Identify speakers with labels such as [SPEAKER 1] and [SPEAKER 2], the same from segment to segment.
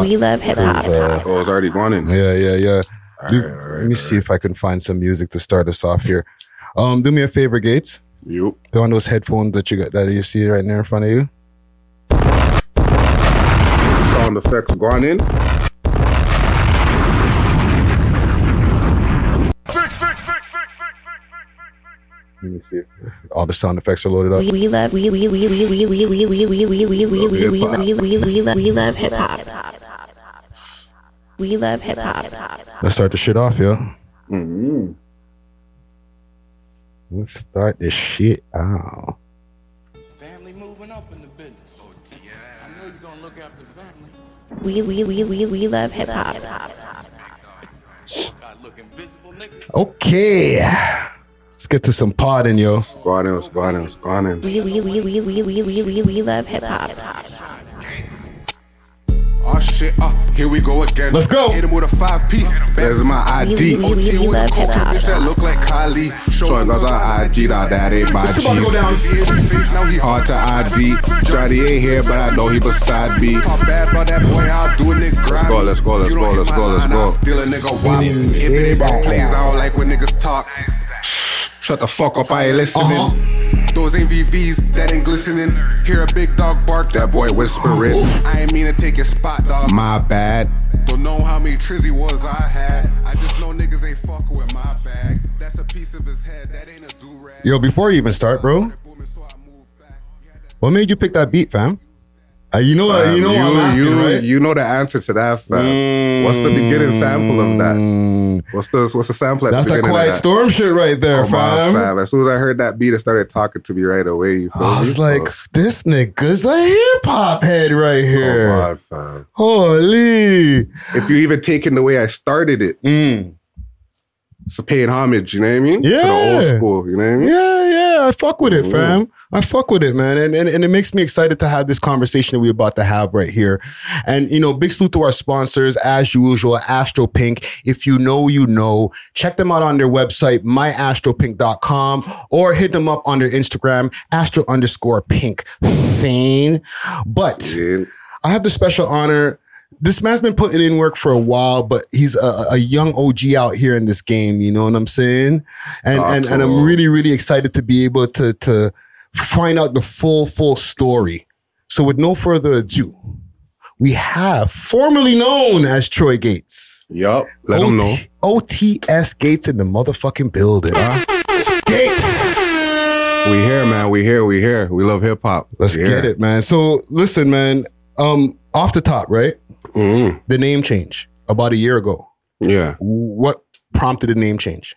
[SPEAKER 1] We love hip hop.
[SPEAKER 2] Uh,
[SPEAKER 3] Oh, it's already running.
[SPEAKER 2] yeah, yeah, yeah.
[SPEAKER 3] All
[SPEAKER 2] Do-
[SPEAKER 3] right, all right,
[SPEAKER 2] Let me see if I can find some music to start us off here. Um, do me a favor, Gates.
[SPEAKER 3] You.
[SPEAKER 2] Put on those headphones that you got that you see right there in front of you.
[SPEAKER 3] Sound effects gone in.
[SPEAKER 2] Let me see. All the sound effects are loaded up.
[SPEAKER 1] We love we we we we we we we we we we we we we we we we we love we love hip hop. We love hip hop.
[SPEAKER 2] Let's start the shit off, yo.
[SPEAKER 3] Mm-hmm.
[SPEAKER 2] Let's start this shit out.
[SPEAKER 4] Family moving up in the business. Oh, yeah. I know you're gonna look after family.
[SPEAKER 1] We we we we we love hip hop.
[SPEAKER 4] God look invisible, nigga.
[SPEAKER 2] Okay. Let's get to some podding, yo.
[SPEAKER 3] Gone in. It's gone in. It's gone in.
[SPEAKER 1] We we we we we we we we we love hip hop.
[SPEAKER 5] Oh shit, uh, here we go again.
[SPEAKER 2] Let's go.
[SPEAKER 5] Hit him with a five piece. That's my
[SPEAKER 1] We- we- we-
[SPEAKER 5] ID.
[SPEAKER 1] we
[SPEAKER 5] OT with a
[SPEAKER 1] love
[SPEAKER 5] coke
[SPEAKER 1] hip-hop.
[SPEAKER 5] bitch that look like Kylie. Show
[SPEAKER 3] Sorry,
[SPEAKER 5] him
[SPEAKER 3] guys.
[SPEAKER 5] those
[SPEAKER 3] I IG that. That ain't my
[SPEAKER 5] It's
[SPEAKER 3] G.
[SPEAKER 5] about to go down. Now he
[SPEAKER 3] Hard to ID. Johnny ain't here, but I know he beside me.
[SPEAKER 5] Talk bad about that boy, I'll do a nigga grind.
[SPEAKER 3] go, let's go, let's
[SPEAKER 5] You don't
[SPEAKER 3] go,
[SPEAKER 5] hit
[SPEAKER 3] let's
[SPEAKER 5] my
[SPEAKER 3] go, let's
[SPEAKER 5] line,
[SPEAKER 3] go.
[SPEAKER 5] I'll Steal a nigga wop. If it ain't about plays, I don't like when niggas talk. Shut the fuck up, I ain't listening.
[SPEAKER 3] Uh-huh.
[SPEAKER 5] Those ain't VVs, that ain't glistening. Hear a big dog bark, that boy whispering. I ain't mean to take your spot, dog.
[SPEAKER 3] My bad.
[SPEAKER 5] Don't know how many trizzy was I had. I just know niggas ain't fucking with my bag. That's a piece of his head, that ain't a do rag.
[SPEAKER 2] Yo, before you even start, bro,
[SPEAKER 5] so I move back. Yeah, that's
[SPEAKER 2] what made you pick that beat, fam? Uh, you know, what you know, what I'm asking,
[SPEAKER 3] Um, you,
[SPEAKER 2] right?
[SPEAKER 3] you know the answer to that, fam. What's the beginning sample of that? What's the what's the sample at
[SPEAKER 2] Mm. That's
[SPEAKER 3] the
[SPEAKER 2] that
[SPEAKER 3] beginning
[SPEAKER 2] quiet
[SPEAKER 3] of that?
[SPEAKER 2] storm shit right there,
[SPEAKER 3] Come on,
[SPEAKER 2] fam.
[SPEAKER 3] fam. As soon as I heard that beat, it started talking to me right away. You feel
[SPEAKER 2] I
[SPEAKER 3] me?
[SPEAKER 2] was like,
[SPEAKER 3] So,
[SPEAKER 2] this nigga's a hip hop head right
[SPEAKER 3] come
[SPEAKER 2] here.
[SPEAKER 3] on, fam.
[SPEAKER 2] Holy.
[SPEAKER 3] If you even taking the way I started it, it's a paying homage. You know what I mean? To the old
[SPEAKER 2] Yeah.
[SPEAKER 3] school. You know what I mean?
[SPEAKER 2] Yeah, yeah, I fuck with it,
[SPEAKER 3] Mhm.
[SPEAKER 2] fam. I fuck with it, man. And, and and it makes me excited to have this conversation that we're about to have right here. And you know, big salute to our sponsors, as usual, Astro Pink. If you know, you know. Check them out on their website, myastropink.com, or hit them up on their Instagram, astro underscore pink. Sane. But
[SPEAKER 3] Yeah.
[SPEAKER 2] I have the special honor. This man's been putting in work for a while, but he's a, a young OG out here in this game. You know what I'm saying? And and, and I'm
[SPEAKER 3] Absolutely.
[SPEAKER 2] really really excited to be able to to find out the full full story. So with no further ado, we have formerly known as Troy Gates.
[SPEAKER 3] Yup. Let them know.
[SPEAKER 2] OTS Gates in the motherfucking building. Ah,
[SPEAKER 3] We here, man. We here. We here. We love hip hop.
[SPEAKER 2] Let's get it, man. So listen, man. Um, off the top, right?
[SPEAKER 3] Mm,
[SPEAKER 2] The name change about a year ago.
[SPEAKER 3] yeah.
[SPEAKER 2] what prompted the name change?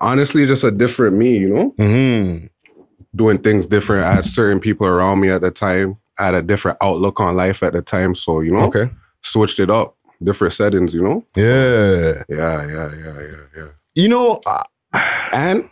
[SPEAKER 3] Honestly, just a different me. You know.
[SPEAKER 2] Mm-hmm.
[SPEAKER 3] doing things different. I had certain people around me at the time. I had a different outlook on life at the time. So, you know,
[SPEAKER 2] Okay.
[SPEAKER 3] switched it up, different settings, you know?
[SPEAKER 2] Yeah.
[SPEAKER 3] Yeah, yeah, yeah, yeah, yeah.
[SPEAKER 2] You know, uh,
[SPEAKER 3] And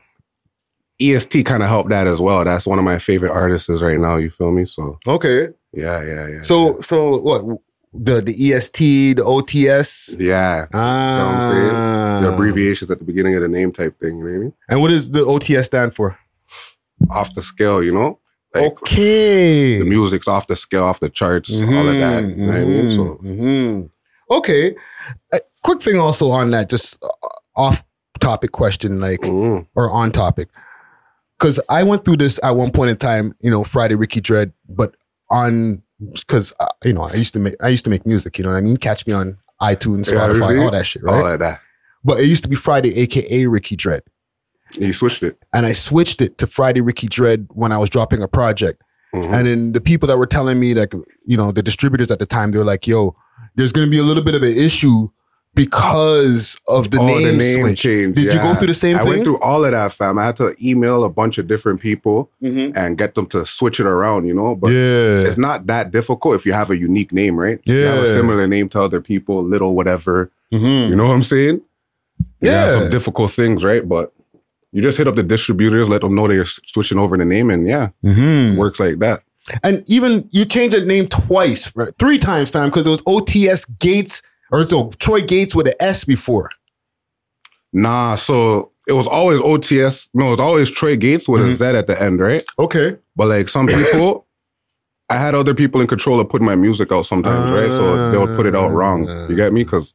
[SPEAKER 3] EST kind of helped that as well. That's one of my favorite artists right now. You feel me? So,
[SPEAKER 2] okay.
[SPEAKER 3] yeah, yeah, yeah.
[SPEAKER 2] So, so what? The the EST, the OTS.
[SPEAKER 3] yeah.
[SPEAKER 2] Ah.
[SPEAKER 3] The abbreviations at the beginning of the name type thing, you know what I mean?
[SPEAKER 2] And what does the OTS stand for?
[SPEAKER 3] Off the scale, you know? Like,
[SPEAKER 2] okay.
[SPEAKER 3] the music's off the scale, off the charts, all of that. You know what I
[SPEAKER 2] Mm-hmm.
[SPEAKER 3] mean? So,
[SPEAKER 2] Mhm. Okay. Uh, quick thing also on that, just uh, off topic question, like,
[SPEAKER 3] mm,
[SPEAKER 2] or on topic. Because I went through this at one point in time, you know, Friday Ricky Dread, but on because uh, you know I used to make I used to make music, you know what I mean. Catch me on iTunes,
[SPEAKER 3] Yeah, you
[SPEAKER 2] Spotify,
[SPEAKER 3] see?
[SPEAKER 2] all that shit, right?
[SPEAKER 3] all of that.
[SPEAKER 2] But it used to be Friday, aka Ricky Dread,
[SPEAKER 3] He switched it.
[SPEAKER 2] and I switched it to Friday Ricky Dread when I was dropping a project.
[SPEAKER 3] Mhm.
[SPEAKER 2] And then the people that were telling me, like, you know, the distributors at the time, they were like, yo, there's going to be a little bit of an issue because of the,
[SPEAKER 3] Oh,
[SPEAKER 2] name, switch.
[SPEAKER 3] change.
[SPEAKER 2] Did you go
[SPEAKER 3] yeah.
[SPEAKER 2] through the same
[SPEAKER 3] I
[SPEAKER 2] thing?
[SPEAKER 3] went through all of that, fam. I had to email a bunch of different people and get them to switch it around, you know? But
[SPEAKER 2] yeah.
[SPEAKER 3] it's not that difficult if you have a unique name, right? If You have a
[SPEAKER 2] Yeah.
[SPEAKER 3] similar name to other people, little whatever.
[SPEAKER 2] Mhm.
[SPEAKER 3] You know what I'm saying? You
[SPEAKER 2] Yeah.
[SPEAKER 3] have some difficult things, right? But you just hit up the distributors, let them know they're s- switching over the name, and yeah,
[SPEAKER 2] Mhm.
[SPEAKER 3] works like that.
[SPEAKER 2] And even you changed the name twice, right? three times, fam, because it was OTS Gates or no, Troy Gates with an S before.
[SPEAKER 3] Nah, so it was always OTS. No, it was always Trey Gates with a Z at the end, right?
[SPEAKER 2] Okay.
[SPEAKER 3] But like some people, I had other people in control of putting my music out sometimes, right? So they would put it out wrong. You get me? Because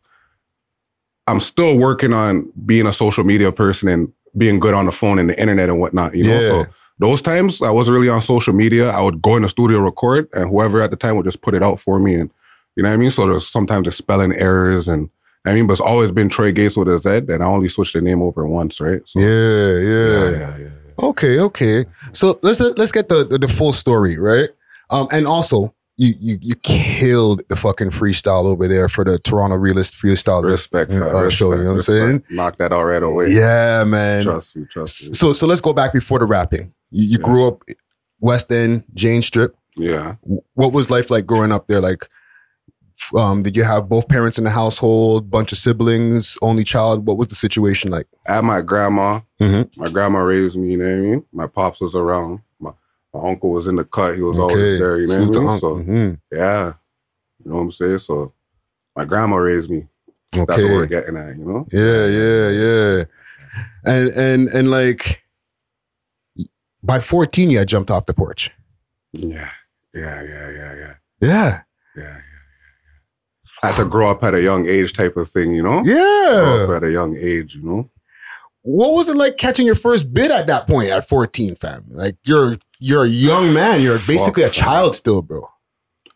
[SPEAKER 3] I'm still working on being a social media person and being good on the phone and the internet and whatnot. You
[SPEAKER 2] Yeah.
[SPEAKER 3] know, so those times I wasn't really on social media. I would go in the studio record, and whoever at the time would just put it out for me. And you know what I mean? So there's sometimes there's spelling errors and. I mean, but it's always been Trey Gates with a Z, and I only switched the name over once, right? So,
[SPEAKER 2] Yeah, yeah.
[SPEAKER 3] yeah, yeah.
[SPEAKER 2] Okay, okay. So let's let's get the the, the full story, right? Um, and also you you you killed the fucking freestyle over there for the Toronto Realist Freestyle
[SPEAKER 3] Respect,
[SPEAKER 2] uh,
[SPEAKER 3] fam,
[SPEAKER 2] show. You know what I'm
[SPEAKER 3] respect,
[SPEAKER 2] saying?
[SPEAKER 3] respect. Knock that out right away.
[SPEAKER 2] Yeah, man.
[SPEAKER 3] trust me, trust me.
[SPEAKER 2] So so let's go back before the rapping. You, you grew up West End, Jane Strip.
[SPEAKER 3] Yeah.
[SPEAKER 2] What was life like growing up there? Like, f- um, did you have both parents in the household, bunch of siblings, only child? What was the situation like?
[SPEAKER 3] I had my grandma.
[SPEAKER 2] Mhm.
[SPEAKER 3] My grandma raised me, you know what I mean? My pops was around. My, my uncle was in the cut. He was always there, you know
[SPEAKER 2] Salute
[SPEAKER 3] what
[SPEAKER 2] to
[SPEAKER 3] I mean?
[SPEAKER 2] Unc.
[SPEAKER 3] So,
[SPEAKER 2] Mhm.
[SPEAKER 3] yeah. You know what I'm saying? So, my grandma raised me. That's what
[SPEAKER 2] Okay.
[SPEAKER 3] we're getting at, you know?
[SPEAKER 2] Yeah, yeah, yeah. And and and like by 14 you had jumped off the porch.
[SPEAKER 3] Yeah. Yeah, yeah, yeah, yeah.
[SPEAKER 2] Yeah.
[SPEAKER 3] I had to grow up at a young age type of thing, you know? Grow
[SPEAKER 2] Yeah.
[SPEAKER 3] up at a young age, you know?
[SPEAKER 2] What was it like catching your first bid at that point at 14, fam? Like you're you're a young man. You're basically a
[SPEAKER 3] Fuck, fam.
[SPEAKER 2] child still, bro.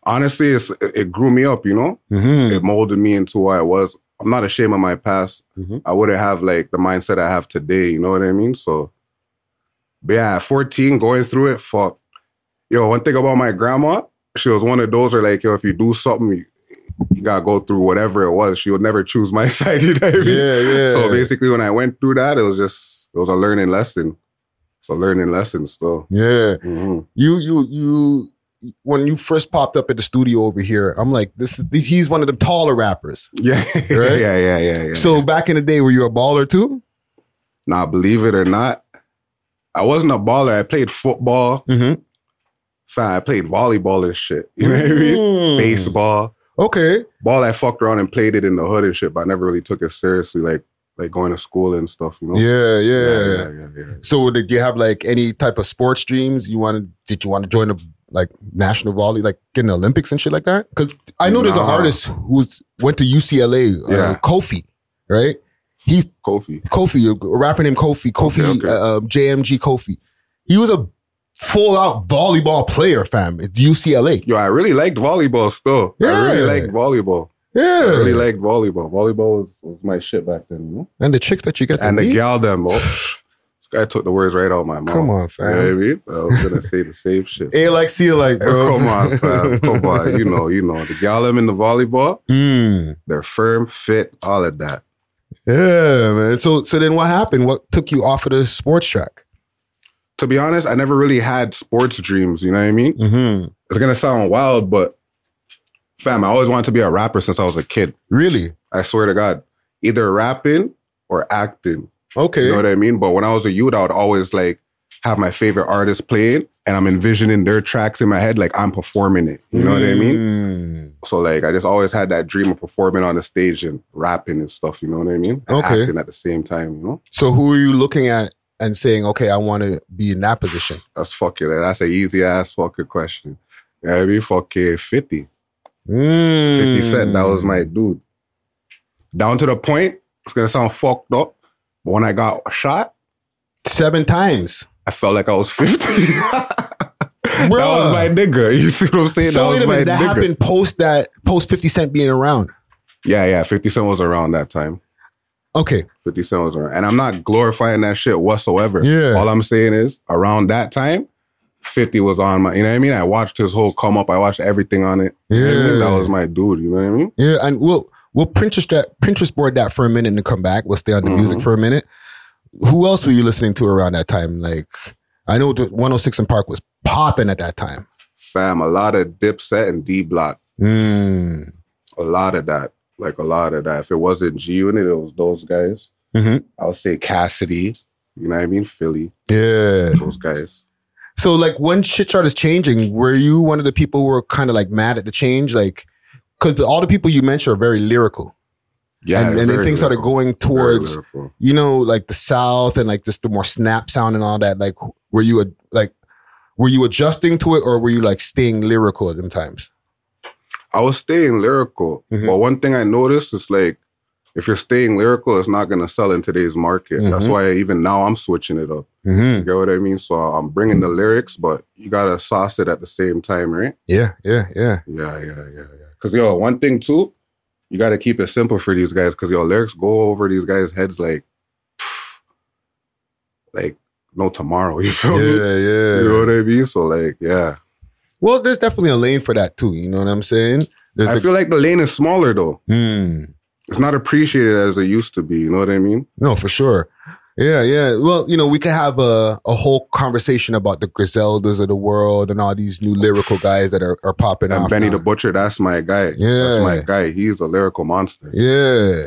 [SPEAKER 3] Honestly, it's, it grew me up, you know?
[SPEAKER 2] Mm-hmm.
[SPEAKER 3] it molded me into who I was. I'm not ashamed of my past.
[SPEAKER 2] Mhm.
[SPEAKER 3] I wouldn't have like the mindset I have today. You know what I mean? So, but yeah, at 14, going through it, fuck. Yo, one thing about my grandma, she was one of those where like, yo, if you do something, you, you gotta go through whatever it was. She would never choose my side. You know what I mean?
[SPEAKER 2] Yeah, yeah.
[SPEAKER 3] So basically, when I went through that, it was just it was a learning lesson. It's a learning lesson still.
[SPEAKER 2] Yeah.
[SPEAKER 3] hmm
[SPEAKER 2] You you you when you first popped up at the studio over here, I'm like, this is he's one of the taller rappers.
[SPEAKER 3] Yeah.
[SPEAKER 2] Right?
[SPEAKER 3] yeah, yeah, yeah, yeah.
[SPEAKER 2] So back in the day, were you a baller too?
[SPEAKER 3] Now, believe it or not, I wasn't a baller. I played football.
[SPEAKER 2] Mm-hmm.
[SPEAKER 3] Fine, I played volleyball and shit. You know what I mean?
[SPEAKER 2] Mm.
[SPEAKER 3] Baseball.
[SPEAKER 2] Hmm. Okay.
[SPEAKER 3] Ball, I fucked around and played it in the hood and shit, but I never really took it seriously, like like going to school and stuff, you know?
[SPEAKER 2] Yeah, yeah.
[SPEAKER 3] yeah, yeah, yeah.
[SPEAKER 2] So did you have like any type of sports dreams? You wanted? Did you want to join the like national volley, like get in the Olympics and shit like that? Because I know there's an
[SPEAKER 3] Nah.
[SPEAKER 2] artist who's went to UCLA, uh,
[SPEAKER 3] Yeah.
[SPEAKER 2] Kofi, right? He's
[SPEAKER 3] Kofi.
[SPEAKER 2] Kofi, a rapper named Kofi, Kofi,
[SPEAKER 3] Okay, okay.
[SPEAKER 2] Uh, um, JMG Kofi. He was a full out volleyball player, fam, at UCLA.
[SPEAKER 3] Yo, I really liked volleyball still. I
[SPEAKER 2] Yeah.
[SPEAKER 3] really liked volleyball. I
[SPEAKER 2] Yeah,
[SPEAKER 3] really liked volleyball. Volleyball was, was my shit back then, you know?
[SPEAKER 2] and the chicks that you get to
[SPEAKER 3] And the
[SPEAKER 2] meet?
[SPEAKER 3] gal them, oh, this guy took the words right out of my mouth.
[SPEAKER 2] Come on,
[SPEAKER 3] You know what I
[SPEAKER 2] fam.
[SPEAKER 3] mean? I was gonna say the same shit.
[SPEAKER 2] A like C like, bro.
[SPEAKER 3] Come on, fam. Come on. You know, you know. The gal them in the volleyball,
[SPEAKER 2] Mm.
[SPEAKER 3] they're firm, fit, all of that.
[SPEAKER 2] Yeah, man. So, so then what happened? What took you off of the sports track?
[SPEAKER 3] to be honest, I never really had sports dreams. You know what I mean?
[SPEAKER 2] Mm-hmm.
[SPEAKER 3] It's gonna sound wild, but fam, I always wanted to be a rapper since I was a kid.
[SPEAKER 2] Really?
[SPEAKER 3] I swear to God, either rapping or acting.
[SPEAKER 2] Okay.
[SPEAKER 3] You know what I mean? But when I was a youth, I would always like have my favorite artist playing, and I'm envisioning their tracks in my head, like I'm performing it. You know what
[SPEAKER 2] Mm.
[SPEAKER 3] I mean?
[SPEAKER 2] mean?
[SPEAKER 3] So like, I just always had that dream of performing on the stage and rapping and stuff. You know what I mean? And
[SPEAKER 2] Okay.
[SPEAKER 3] Acting at the same time. You know?
[SPEAKER 2] So who are you looking at and saying, okay, I want to be in that position?
[SPEAKER 3] That's fucking. That's an easy ass fucking question. You know what I mean? Fucking fifty. 50
[SPEAKER 2] Hmm.
[SPEAKER 3] Cent, that was my dude. Down to the point, it's gonna sound fucked up, but when I got shot,
[SPEAKER 2] Hmm. seven times.
[SPEAKER 3] I felt like I was 50.
[SPEAKER 2] Bro.
[SPEAKER 3] That was my nigga. You see what I'm saying?
[SPEAKER 2] so
[SPEAKER 3] that
[SPEAKER 2] wait
[SPEAKER 3] was
[SPEAKER 2] a
[SPEAKER 3] my
[SPEAKER 2] minute, that
[SPEAKER 3] nigga.
[SPEAKER 2] happened post that post Fifty Cent being around.
[SPEAKER 3] Yeah, yeah. 50 Cent was around that time.
[SPEAKER 2] Okay,
[SPEAKER 3] 50 Cent was around. And I'm not glorifying that shit whatsoever.
[SPEAKER 2] Yeah.
[SPEAKER 3] All I'm saying is around that time, 50 was on my, you know what I mean? I watched his whole come up. I watched everything on it. You know what I mean?
[SPEAKER 2] Yeah.
[SPEAKER 3] That was my dude. You know what I mean?
[SPEAKER 2] yeah, and we'll we'll Pinterest that Pinterest board that for a minute and then come back. We'll stay on the music
[SPEAKER 3] Mm-hmm.
[SPEAKER 2] for a minute. Who else were you listening to around that time? Like, I know the 106 and Park was popping at that time.
[SPEAKER 3] Fam, a lot of Dipset and D Block.
[SPEAKER 2] Mm.
[SPEAKER 3] a lot of that. Like a lot of that. If it wasn't G Unit, it was those guys.
[SPEAKER 2] Mhm.
[SPEAKER 3] I would say Cassidy. You know what I mean? Philly,
[SPEAKER 2] Yeah.
[SPEAKER 3] those guys.
[SPEAKER 2] So like when shit started changing, were you one of the people who were kind of like mad at the change? Like, cause the, all the people you mentioned are very lyrical.
[SPEAKER 3] Yeah,
[SPEAKER 2] and, and then
[SPEAKER 3] very
[SPEAKER 2] things started
[SPEAKER 3] lyrical,
[SPEAKER 2] going
[SPEAKER 3] very
[SPEAKER 2] towards,
[SPEAKER 3] lyrical.
[SPEAKER 2] you know, like the South and like just the more snap sound and all that. Like, were you a, like, Were you adjusting to it or were you like staying lyrical at them times?
[SPEAKER 3] I was staying lyrical, but one thing I noticed is like if you're staying lyrical, it's not gonna sell in today's market. That's why even now I'm switching it up.
[SPEAKER 2] Mm-hmm.
[SPEAKER 3] You get what I mean? So I'm bringing the lyrics, but you gotta sauce it at the same time, right?
[SPEAKER 2] Yeah, yeah, yeah.
[SPEAKER 3] Yeah, yeah, yeah, yeah. Cause yo, one thing too, you gotta keep it simple for these guys, cause yo, lyrics go over these guys' heads like, like no tomorrow. You feel me?
[SPEAKER 2] Yeah, yeah.
[SPEAKER 3] You know what I mean? So like, yeah.
[SPEAKER 2] Well, there's definitely a lane for that too. You know what I'm saying? There's
[SPEAKER 3] I
[SPEAKER 2] the-
[SPEAKER 3] feel like the lane is smaller though.
[SPEAKER 2] Hmm.
[SPEAKER 3] It's not appreciated as it used to be. You know what I mean?
[SPEAKER 2] No, for sure. Yeah, yeah. Well, you know, we could have a, a whole conversation about the Griseldas of the world and all these new lyrical guys that are, are popping
[SPEAKER 3] And
[SPEAKER 2] out.
[SPEAKER 3] Benny
[SPEAKER 2] now.
[SPEAKER 3] the Butcher, that's my guy.
[SPEAKER 2] Yeah.
[SPEAKER 3] That's my guy. He's a lyrical monster.
[SPEAKER 2] Yeah.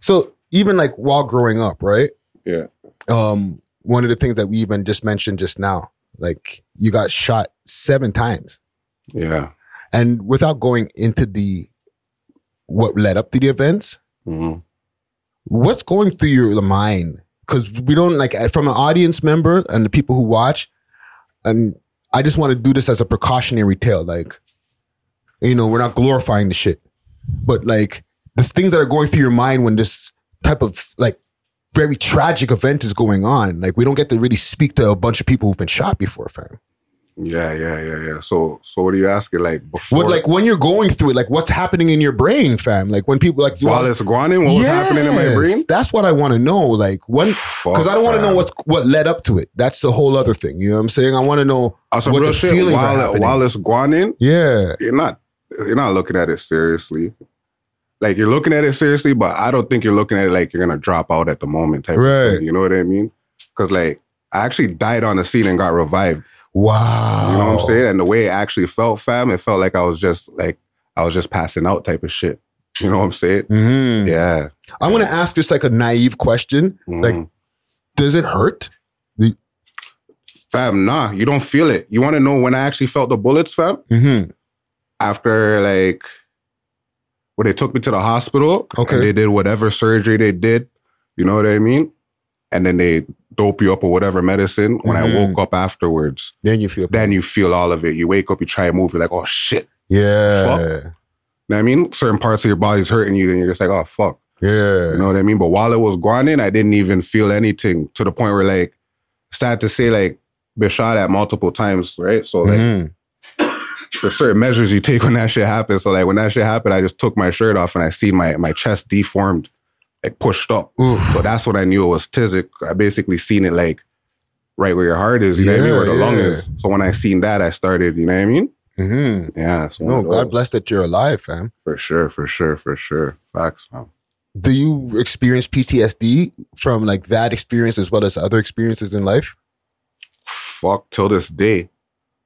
[SPEAKER 2] So even like while growing up, right?
[SPEAKER 3] Yeah.
[SPEAKER 2] Um, one of the things that we even just mentioned just now, like you got shot seven times.
[SPEAKER 3] Yeah.
[SPEAKER 2] And without going into the what led up to the events,
[SPEAKER 3] Mhm.
[SPEAKER 2] what's going through your mind? Because we don't like uh, from an audience member and the people who watch, and I just want to do this as a precautionary tale. Like, you know, we're not glorifying the shit, but like the things that are going through your mind when this type of like very tragic event is going on. Like, we don't get to really speak to a bunch of people who've been shot before, fam.
[SPEAKER 3] Yeah, yeah, yeah, yeah. So so what are you asking? Like before
[SPEAKER 2] What like when you're going through it, like what's happening in your brain, fam? Like when people like
[SPEAKER 3] while it's going in, what was happening in my
[SPEAKER 2] Yes,
[SPEAKER 3] brain?
[SPEAKER 2] That's what I want to know. Like when, because I don't want to know
[SPEAKER 3] fam.
[SPEAKER 2] what's what led up to it. That's the whole other thing. You know what I'm saying? I want to know
[SPEAKER 3] On Uh, some Ah,
[SPEAKER 2] what
[SPEAKER 3] real
[SPEAKER 2] the
[SPEAKER 3] shit,
[SPEAKER 2] feelings are
[SPEAKER 3] while,
[SPEAKER 2] happening.
[SPEAKER 3] while it's going in,
[SPEAKER 2] yeah,
[SPEAKER 3] you're not you're not looking at it seriously. Like you're looking at it seriously, but I don't think you're looking at it like you're gonna drop out at the moment type
[SPEAKER 2] Right.
[SPEAKER 3] of thing. You know what I mean? Cause like I actually died on the scene and got revived.
[SPEAKER 2] wow.
[SPEAKER 3] You know what I'm saying? And the way it actually felt, fam, it felt like I was just like I was just passing out type of shit. You know what I'm saying?
[SPEAKER 2] Mhm.
[SPEAKER 3] Yeah.
[SPEAKER 2] I'm gonna ask just like a naive question. Like,
[SPEAKER 3] Mhm.
[SPEAKER 2] does it hurt?
[SPEAKER 3] Fam, nah, you don't feel it. You wanna know when I actually felt the bullets, fam?
[SPEAKER 2] Mm-hmm.
[SPEAKER 3] After like when they took me to the hospital,
[SPEAKER 2] Okay.
[SPEAKER 3] and they did whatever surgery they did, you know what I mean? And then they dope you up or whatever medicine. When I
[SPEAKER 2] Mhm.
[SPEAKER 3] woke up afterwards,
[SPEAKER 2] Then you feel.
[SPEAKER 3] then you feel all of it. You wake up, you try and move, you're like, oh shit.
[SPEAKER 2] yeah,
[SPEAKER 3] You know what I mean? Certain parts of your body's hurting you, and you're just like, oh fuck.
[SPEAKER 2] yeah.
[SPEAKER 3] You know what I mean? But while it was going in, I didn't even feel anything to the point where like sad to say like been shot at multiple times, right? So like
[SPEAKER 2] Mhm.
[SPEAKER 3] there's certain measures you take when that shit happens. So like when that shit happened, I just took my shirt off and I see my my chest deformed, like pushed up.
[SPEAKER 2] Oof.
[SPEAKER 3] So that's when I knew it was tizzic. I basically seen it like right where your heart is, you know what I mean,
[SPEAKER 2] Yeah,
[SPEAKER 3] where the lung
[SPEAKER 2] yeah.
[SPEAKER 3] is. So when I seen that, I started, you know what I mean?
[SPEAKER 2] Mhm.
[SPEAKER 3] Yeah. So
[SPEAKER 2] No, God bless that you're alive, fam.
[SPEAKER 3] for sure, for sure, for sure. Facts, man.
[SPEAKER 2] Do you experience PTSD from like that experience as well as other experiences in life?
[SPEAKER 3] fuck till this day.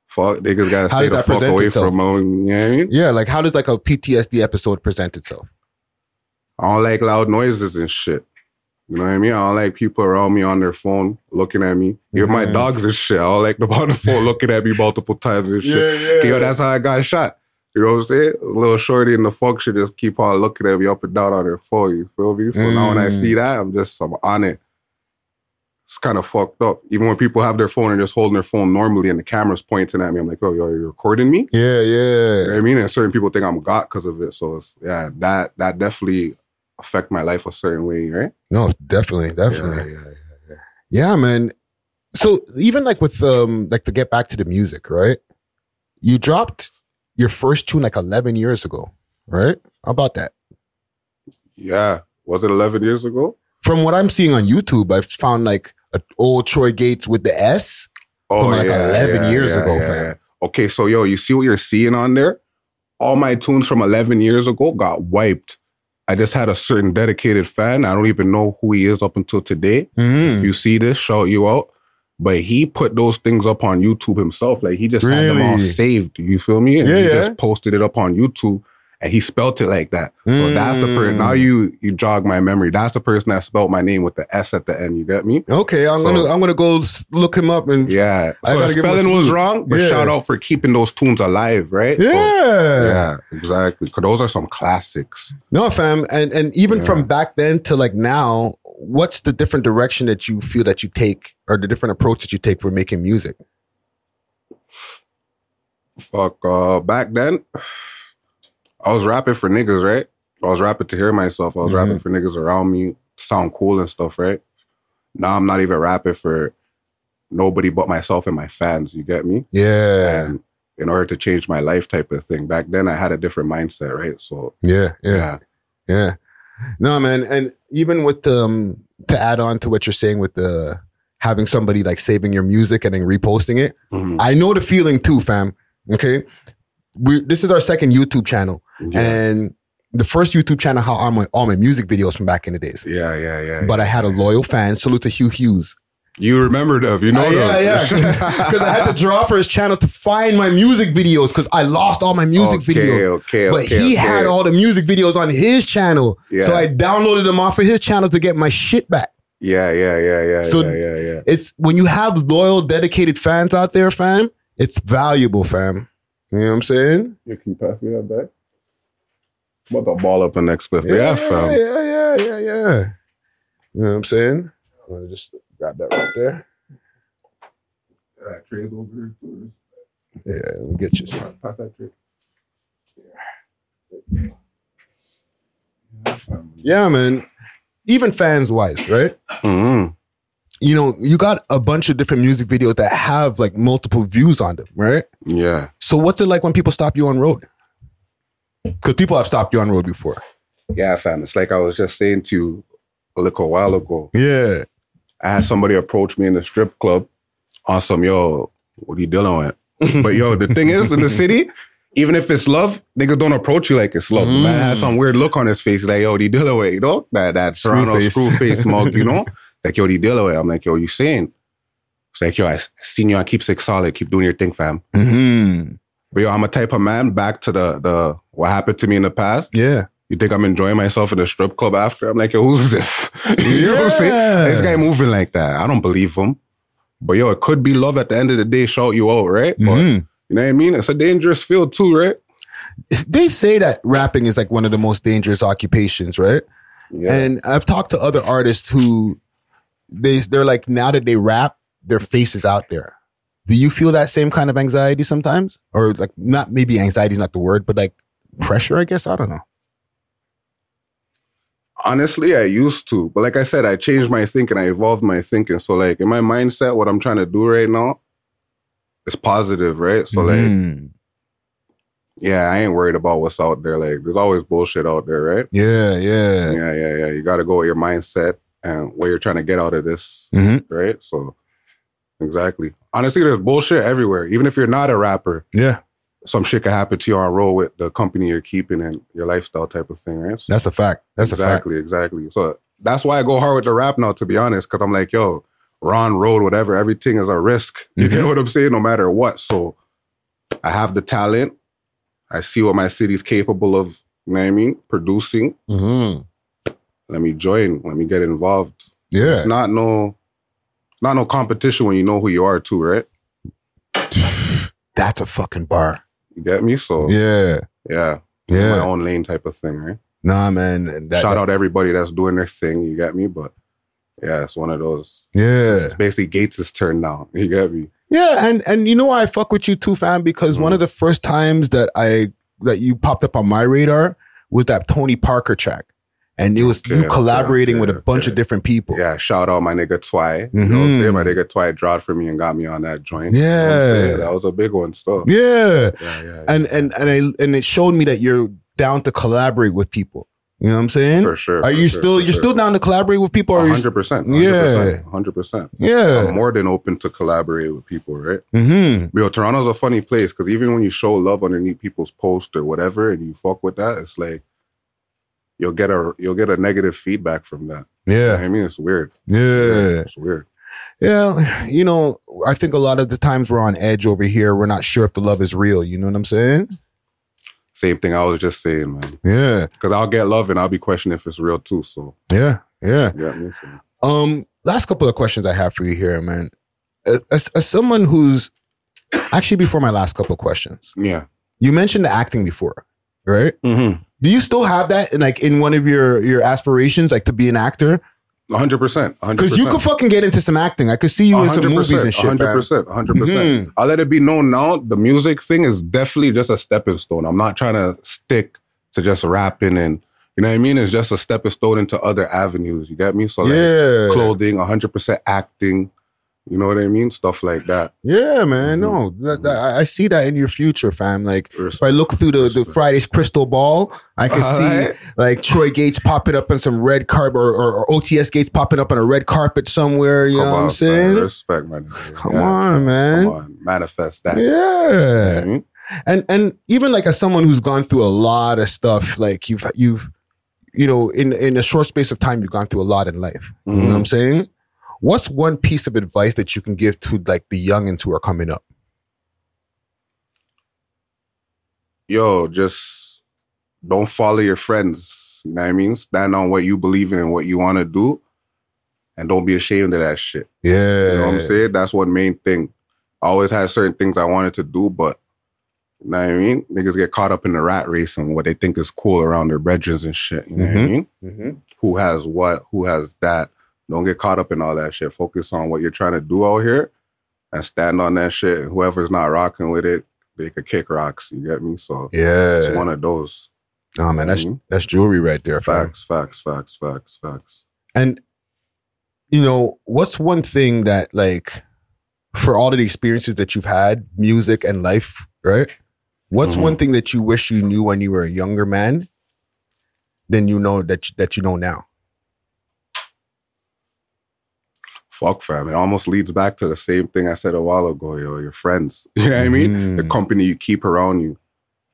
[SPEAKER 3] Fuck, niggas gotta
[SPEAKER 2] How
[SPEAKER 3] stay
[SPEAKER 2] did
[SPEAKER 3] the
[SPEAKER 2] that
[SPEAKER 3] fuck
[SPEAKER 2] present
[SPEAKER 3] away
[SPEAKER 2] itself?
[SPEAKER 3] from my own, you know what I mean?
[SPEAKER 2] Yeah, like how does like a PTSD episode present itself?
[SPEAKER 3] I don't like loud noises and shit. You know what I mean? I don't like people around me on their phone looking at me. Even my
[SPEAKER 2] Mhm.
[SPEAKER 3] dogs and shit. I don't like them on the phone looking at me multiple times and shit.
[SPEAKER 2] yeah.
[SPEAKER 3] Yo, that's how I got shot. You know what I'm saying? Little shorty in the function just keep on looking at me up and down on her phone. You feel me? So now when I
[SPEAKER 2] Mm.
[SPEAKER 3] see that, I'm just I'm on it. It's kind of fucked up. Even when people have their phone and just holding their phone normally, and the camera's pointing at me, I'm like, "Yo, yo, you're recording me."
[SPEAKER 2] Yeah,
[SPEAKER 3] You know
[SPEAKER 2] yeah.
[SPEAKER 3] what I mean, and certain people think I'm got because of it. So it's, yeah, that that definitely affect my life a certain way, right?
[SPEAKER 2] No, definitely, definitely.
[SPEAKER 3] Yeah, yeah,
[SPEAKER 2] Yeah, man. So even like with um like to get back to the music, right? You dropped your first tune like 11 years ago, right? How about that?
[SPEAKER 3] yeah. Was it 11 years ago?
[SPEAKER 2] From what I'm seeing on YouTube, I found like an old Troy Gates with the S.
[SPEAKER 3] Oh,
[SPEAKER 2] From, like, 11 years ago, fam.
[SPEAKER 3] Okay, so yo, you see what you're seeing on there? All my tunes from 11 years ago got wiped. I just had a certain dedicated fan. I don't even know who he is up until today.
[SPEAKER 2] Mm-hmm.
[SPEAKER 3] You see this, shout you out. But he put those things up on YouTube himself. Like he just had them all
[SPEAKER 2] Really?
[SPEAKER 3] saved. You feel me? And
[SPEAKER 2] Yeah,
[SPEAKER 3] he
[SPEAKER 2] yeah.
[SPEAKER 3] just posted it up on YouTube and he spelt it like that. So that's the person.
[SPEAKER 2] Mm.
[SPEAKER 3] Now you you jog my memory. That's the person that spelled my name with the S at the end. You get me?
[SPEAKER 2] Mm. Okay, I'm
[SPEAKER 3] So-
[SPEAKER 2] gonna I'm gonna go s- look him up and yeah,
[SPEAKER 3] Yeah.
[SPEAKER 2] I
[SPEAKER 3] So the
[SPEAKER 2] gotta give him a
[SPEAKER 3] spelling was
[SPEAKER 2] salute.
[SPEAKER 3] wrong, but
[SPEAKER 2] Yeah.
[SPEAKER 3] shout out for keeping those tunes alive, right? So, yeah, exactly. Cause those are some classics.
[SPEAKER 2] no fam, and and even from back then to like now, what's the different direction that you feel that you take or the different approach that you take for making music?
[SPEAKER 3] fuck uh back then I was rapping for niggas, right? I was rapping to hear myself. I was
[SPEAKER 2] Mm-hmm.
[SPEAKER 3] rapping for niggas around me to sound cool and stuff, right? Now I'm not even rapping for nobody but myself and my fans, you get me?
[SPEAKER 2] Yeah.
[SPEAKER 3] And in order to change my life type of thing. Back then I had a different mindset, right? So
[SPEAKER 2] Yeah.
[SPEAKER 3] yeah.
[SPEAKER 2] Yeah. Yeah. No, man. And even with um to add on to what you're saying with the having somebody like saving your music and then reposting it,
[SPEAKER 3] Mhm.
[SPEAKER 2] I know the feeling too, fam. Okay. We this is our second YouTube channel.
[SPEAKER 3] Yeah,
[SPEAKER 2] And the first YouTube channel how all my all my music videos from back in the days.
[SPEAKER 3] yeah, yeah, yeah.
[SPEAKER 2] But I had a loyal fan. Salute to Hugh Hughes.
[SPEAKER 3] you remember them, you know
[SPEAKER 2] Uh, yeah,
[SPEAKER 3] them.
[SPEAKER 2] yeah. Because I had to draw for his channel to find my music videos because I lost all my music
[SPEAKER 3] okay,
[SPEAKER 2] videos
[SPEAKER 3] Okay,
[SPEAKER 2] but
[SPEAKER 3] okay, okay.
[SPEAKER 2] he had all the music videos on his channel.
[SPEAKER 3] Yeah.
[SPEAKER 2] So I downloaded them off of his channel to get my shit back.
[SPEAKER 3] Yeah, yeah, yeah, yeah,
[SPEAKER 2] So-
[SPEAKER 3] yeah, yeah, yeah.
[SPEAKER 2] It's when you have loyal, dedicated fans out there, fam, it's valuable, fam. You know what I'm saying?
[SPEAKER 3] You can pass me that back. What the ball up in next cliff? Yeah, fam.
[SPEAKER 2] Yeah, yeah, yeah, yeah. You know what I'm saying? I'm gonna just grab that right there.
[SPEAKER 3] That trade over there.
[SPEAKER 2] Yeah, let me get you. some.
[SPEAKER 3] Pass that trade.
[SPEAKER 2] Yeah, man. Even fans wise, right?
[SPEAKER 3] Mm-hmm.
[SPEAKER 2] You know, you got a bunch of different music videos that have like multiple views on them, right?
[SPEAKER 3] Yeah.
[SPEAKER 2] So what's it like when people stop you on road? Because people have stopped you on road before.
[SPEAKER 3] Yeah, fam. It's like I was just saying to you a little while ago.
[SPEAKER 2] Yeah.
[SPEAKER 3] I had somebody approach me in the strip club on some, yo, what are you dealing with? but yo, the thing is, in the city, even if it's love, niggas don't approach you like it's love. The Man has some weird look on his face, like, yo, what are you dealing with? You know? That that
[SPEAKER 2] Screw
[SPEAKER 3] Toronto
[SPEAKER 2] face.
[SPEAKER 3] screw face mug, you know? Like, yo, what are you dealing with? I'm like, yo, you saying? It's like, yo, I s- seen you on Keep Six Solid. Keep doing your thing, fam.
[SPEAKER 2] hmm
[SPEAKER 3] But yo, I'm a type of man back to the the what happened to me in the past.
[SPEAKER 2] Yeah.
[SPEAKER 3] You think I'm enjoying myself in a strip club after? I'm like, yo, who's this? you know what I'm saying?
[SPEAKER 2] Yeah.
[SPEAKER 3] This guy moving like that. I don't believe him. But yo, it could be love at the end of the day, shout you out, right? But
[SPEAKER 2] Mhm.
[SPEAKER 3] you know what I mean? It's a dangerous field too, right?
[SPEAKER 2] They say that rapping is like one of the most dangerous occupations, right?
[SPEAKER 3] Yeah.
[SPEAKER 2] And I've talked to other artists who they they're like now that they rap, their face is out there. Do you feel that same kind of anxiety sometimes? Or like not maybe anxiety is not the word, but like pressure, I guess. I don't know.
[SPEAKER 3] Honestly, I used to. But like I said, I changed my thinking, I evolved my thinking. So like in my mindset, what I'm trying to do right now is positive, right? So like,
[SPEAKER 2] Mhm.
[SPEAKER 3] yeah, I ain't worried about what's out there. Like, there's always bullshit out there, right?
[SPEAKER 2] yeah, yeah.
[SPEAKER 3] Yeah, yeah, yeah. You got to go with your mindset and what you're trying to get out of this,
[SPEAKER 2] hmm
[SPEAKER 3] right? So, exactly. Honestly, there's bullshit everywhere. Even if you're not a rapper,
[SPEAKER 2] Yeah.
[SPEAKER 3] some shit could happen to you on roll with the company you're keeping and your lifestyle type of thing, right? So
[SPEAKER 2] That's a fact. That's
[SPEAKER 3] exactly, exactly. So that's why I go hard with the rap now, to be honest, because I'm like, yo, Ron Road, whatever, everything is a risk. You
[SPEAKER 2] Mm-hmm.
[SPEAKER 3] get what I'm saying? No matter what. So I have the talent. I see what my city's capable of, you know what I mean? Producing.
[SPEAKER 2] a fact. hmm
[SPEAKER 3] Let me join. Let me get involved.
[SPEAKER 2] Yeah.
[SPEAKER 3] It's not no not no competition when you know who you are too, right?
[SPEAKER 2] That's a fucking bar.
[SPEAKER 3] You get me? So yeah,
[SPEAKER 2] Yeah.
[SPEAKER 3] my
[SPEAKER 2] Yeah.
[SPEAKER 3] own lane type of thing, right?
[SPEAKER 2] Nah, man. and That,
[SPEAKER 3] Shout out everybody that's doing their thing, you get me? But yeah, it's one of those
[SPEAKER 2] Yeah.
[SPEAKER 3] it's basically Gates' turn now. You get me?
[SPEAKER 2] Yeah, and and you know why I fuck with you too, fam? Because one of
[SPEAKER 3] Mm.
[SPEAKER 2] the first times that I that you popped up on my radar was that Tony Parker track, and it was you
[SPEAKER 3] Okay,
[SPEAKER 2] collaborating
[SPEAKER 3] okay,
[SPEAKER 2] with a
[SPEAKER 3] okay,
[SPEAKER 2] bunch
[SPEAKER 3] okay.
[SPEAKER 2] of different people.
[SPEAKER 3] Yeah, shout out my nigga Twy. You know what I'm
[SPEAKER 2] Mhm.
[SPEAKER 3] saying? My nigga Twy drawed for me and got me on that joint. You know what I'm
[SPEAKER 2] Yeah.
[SPEAKER 3] saying? that was a big one still.
[SPEAKER 2] yeah,
[SPEAKER 3] yeah, yeah,
[SPEAKER 2] and and and I and it showed me that you're down to collaborate with people. You know what I'm saying?
[SPEAKER 3] for sure.
[SPEAKER 2] Are
[SPEAKER 3] for sure,
[SPEAKER 2] you still
[SPEAKER 3] for
[SPEAKER 2] you're
[SPEAKER 3] sure.
[SPEAKER 2] still down to collaborate with people? Or you
[SPEAKER 3] 100%, 100%,
[SPEAKER 2] Yeah.
[SPEAKER 3] 100%.
[SPEAKER 2] yeah.
[SPEAKER 3] I'm more than open to collaborate with people, right?
[SPEAKER 2] Mm-hmm.
[SPEAKER 3] Yo, Toronto's a funny place because even when you show love underneath people's post or whatever, and you fuck with that, it's like you'll get a you'll get a negative feedback from that. You know what
[SPEAKER 2] Yeah.
[SPEAKER 3] I mean, it's weird.
[SPEAKER 2] Yeah.
[SPEAKER 3] it's weird.
[SPEAKER 2] Yeah. You know, I think a lot of the times we're on edge over here. We're not sure if the love is real. You know what I'm saying?
[SPEAKER 3] Same thing I was just saying, man.
[SPEAKER 2] Yeah.
[SPEAKER 3] Because I'll get love and I'll be questioning if it's real too. So
[SPEAKER 2] Yeah. Yeah.
[SPEAKER 3] you got me. So,
[SPEAKER 2] Um, last couple of questions I have for you here, man. As, as, as someone who's actually before my last couple of questions,
[SPEAKER 3] yeah.
[SPEAKER 2] you mentioned the acting before, right?
[SPEAKER 3] Mm-hmm.
[SPEAKER 2] Do you still have that in like in one of your your aspirations, like to be an actor?
[SPEAKER 3] hundred percent, hundred
[SPEAKER 2] Because you could fucking get into some acting. I could see you in some movies and shit.
[SPEAKER 3] Hundred
[SPEAKER 2] fam. Mm-hmm.
[SPEAKER 3] percent, hundred percent. I'll let it be known now. The music thing is definitely just a stepping stone. I'm not trying to stick to just rapping and you know what I mean. It's just a stepping stone into other avenues. You get me? So like
[SPEAKER 2] Yeah.
[SPEAKER 3] clothing, hundred percent acting. You know what I mean? Stuff like that.
[SPEAKER 2] Yeah,
[SPEAKER 3] Mm-hmm.
[SPEAKER 2] man. No, that, that, I- I see that in your future, fam. Like, if I look through the, the Friday's crystal ball, I can see
[SPEAKER 3] Alright.
[SPEAKER 2] like Troy Gates popping up on some red carpet or, or, or OTS Gates popping up on a red carpet somewhere. You know what I'm
[SPEAKER 3] man.
[SPEAKER 2] saying?
[SPEAKER 3] Respect, man.
[SPEAKER 2] Come on, man.
[SPEAKER 3] Come on, manifest that. You know what I
[SPEAKER 2] Yeah.
[SPEAKER 3] mean?
[SPEAKER 2] And and even like as someone who's gone through a lot of stuff, like you've you've you know, in in a short space of time you've gone through a lot in life. You know what
[SPEAKER 3] Mm-hmm.
[SPEAKER 2] I'm saying? What's one piece of advice that you can give to like the youngins who are coming up?
[SPEAKER 3] yo, just don't follow your friends. You know what I mean? Stand on what you believe in and what you want to do. And don't be ashamed of that shit.
[SPEAKER 2] Yeah.
[SPEAKER 3] You know what I'm saying? That's one main thing. I always had certain things I wanted to do, but you know what I mean? Niggas get caught up in the rat race and what they think is cool around their brethrens and shit. You know what I
[SPEAKER 2] Mhm.
[SPEAKER 3] mean? Who has what? Who has that? Don't get caught up in all that shit. Focus on what you're trying to do out here and stand on that shit. And whoever's not rocking with it, they could kick rocks. You get me? So it's
[SPEAKER 2] Yeah.
[SPEAKER 3] one of those.
[SPEAKER 2] Oh man, that's
[SPEAKER 3] Mhm.
[SPEAKER 2] that's jewelry right there. fam.
[SPEAKER 3] Facts, facts, facts, facts, facts.
[SPEAKER 2] And you know, what's one thing that like for all of the experiences that you've had, music and life, right? What's
[SPEAKER 3] Mhm.
[SPEAKER 2] one thing that you wish you knew when you were a younger man than you know that you- that you know now?
[SPEAKER 3] Fuck, fam. It almost leads back to the same thing I said a while ago, yo. Your friends. You know what I mean? The
[SPEAKER 2] Mhm.
[SPEAKER 3] company you keep around you.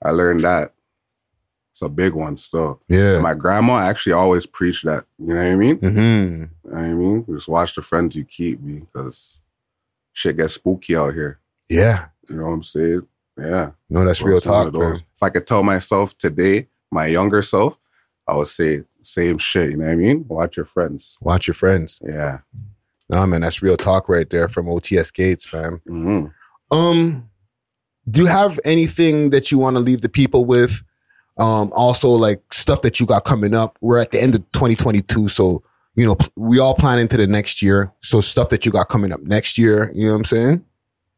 [SPEAKER 3] I learned that. It's a big one still.
[SPEAKER 2] Yeah.
[SPEAKER 3] My grandma actually always preached that. You know what I mean?
[SPEAKER 2] hmm
[SPEAKER 3] You know what I mean? Just watch the friends you keep because shit gets spooky out here.
[SPEAKER 2] Yeah.
[SPEAKER 3] You know what I'm saying? Yeah.
[SPEAKER 2] No, that's
[SPEAKER 3] So
[SPEAKER 2] real
[SPEAKER 3] it's one
[SPEAKER 2] talk,
[SPEAKER 3] of
[SPEAKER 2] bro.
[SPEAKER 3] those. If I could tell myself today, my younger self, I would say same shit. You know what I mean? Watch your friends.
[SPEAKER 2] Watch your friends.
[SPEAKER 3] Yeah.
[SPEAKER 2] Nah, man, that's real talk right there from OTS Gates, fam.
[SPEAKER 3] hmm
[SPEAKER 2] Um, do you have anything that you want to leave the people with? Um, also like stuff that you got coming up. We're at the end of 2022, so you know pl- we all plan into the next year. So stuff that you got coming up next year, you know what I'm saying?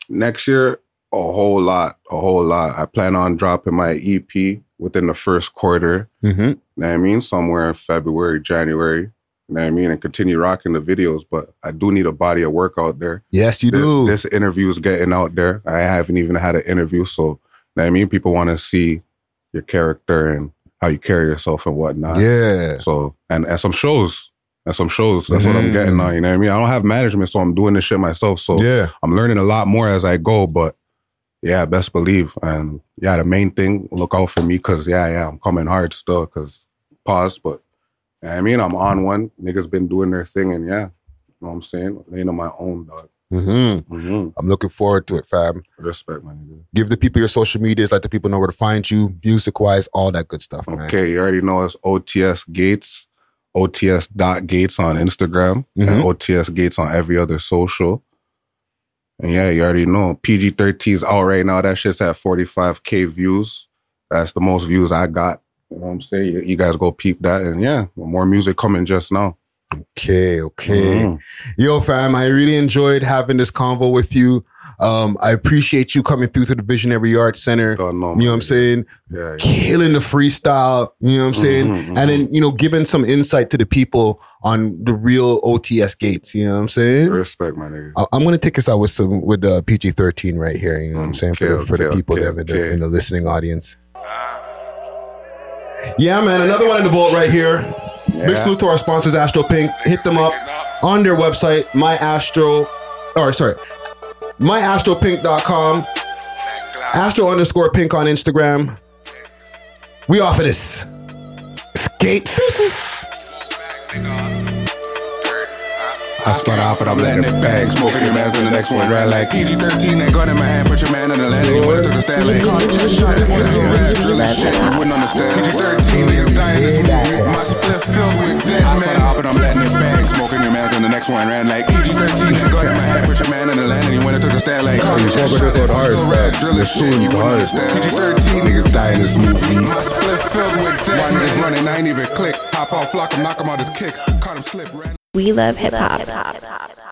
[SPEAKER 3] next year a whole lot a whole lot i plan on dropping my ep within the first quarter
[SPEAKER 2] Mm-hmm.
[SPEAKER 3] you know what i mean somewhere in february january you know what i mean and continue rocking the videos but i do need a body of work out there
[SPEAKER 2] Yes, you
[SPEAKER 3] Th-
[SPEAKER 2] do.
[SPEAKER 3] this, interview is getting out there i haven't even had an interview so you know what i mean people want to see your character and how you carry yourself and whatnot
[SPEAKER 2] yeah.
[SPEAKER 3] so and, and some shows and some shows that's what i'm getting
[SPEAKER 2] Mm.
[SPEAKER 3] on you know what i mean i don't have management so i'm doing this shit myself so
[SPEAKER 2] Yeah.
[SPEAKER 3] I'm learning a lot more as I go, but yeah, best believe. And yeah, the main thing, look out for me because yeah, yeah, I'm coming hard still because pause, but you know what I mean, I'm on one. Niggas been doing their thing and yeah, you know what I'm saying? Laying on my own, dog.
[SPEAKER 2] hmm
[SPEAKER 3] hmm
[SPEAKER 2] I'm looking forward to it, fam.
[SPEAKER 3] Respect, my nigga.
[SPEAKER 2] Give the people your social medias, let the people know where to find you, music wise, all that good stuff, man.
[SPEAKER 3] Okay, you already know it's OTS Gates, OTS.gates on Instagram, and
[SPEAKER 2] Mhm.
[SPEAKER 3] OTS Gates on every other social. And yeah, you already know PG 13 is out right now. That shit's at 45K views. That's the most views I got. You know what I'm saying? You, you guys go peep that. And yeah, more music coming just now.
[SPEAKER 2] Okay, okay.
[SPEAKER 3] Mhm.
[SPEAKER 2] Yo, fam, I really enjoyed having this convo with you. Um, I appreciate you coming through to the Visionary Arts Center.
[SPEAKER 3] Don't know,
[SPEAKER 2] You know what
[SPEAKER 3] Oh, man.
[SPEAKER 2] I'm saying?
[SPEAKER 3] Yeah, yeah.
[SPEAKER 2] Killing the freestyle. You know what I'm saying?
[SPEAKER 3] Mhm, mhm.
[SPEAKER 2] And then, you know, giving some insight to the people on the real OTS gates. You know what I'm saying?
[SPEAKER 3] Respect, my nigga.
[SPEAKER 2] I- I'm gonna take us out with some with uh, PG-13 right here. You know what I'm saying for, the,
[SPEAKER 3] Mm, Okay,
[SPEAKER 2] for the
[SPEAKER 3] okay,
[SPEAKER 2] people
[SPEAKER 3] okay,
[SPEAKER 2] that are in, the,
[SPEAKER 3] okay.
[SPEAKER 2] in the listening audience. Yeah, man, another one in the vault right here. Big salute to our sponsors, Astro Pink. Hit them up on their website, myastro, or sorry, myastropink.com, astro underscore pink on Instagram. We off of this.
[SPEAKER 3] Gates.
[SPEAKER 5] I start off and I'm letting it bang. Smoking your man's in the next one, right? Like E PG 13, that gun in my hand, put your man on the landing. He wanted to the stand like, caught him, just shot it. Boys go rap, drilling shit, you wouldn't understand. PG 13, niggas dying this movie. My split filled with dead men. I start off and I'm letting it bang. Smoking your man's in the next one, right? Like E PG 13, that gun in my hand, put your man on the landing. He wanted to the stand like, caught him, just shot it. Boys go rap, drilling shit, you wouldn't understand. PG 13, niggas dying this movie. My split filled with dead men. One nigga's running, I ain't even click. Hop off, lock him, knock him out his kicks. Caught him slip, ran.
[SPEAKER 1] We love hip hop.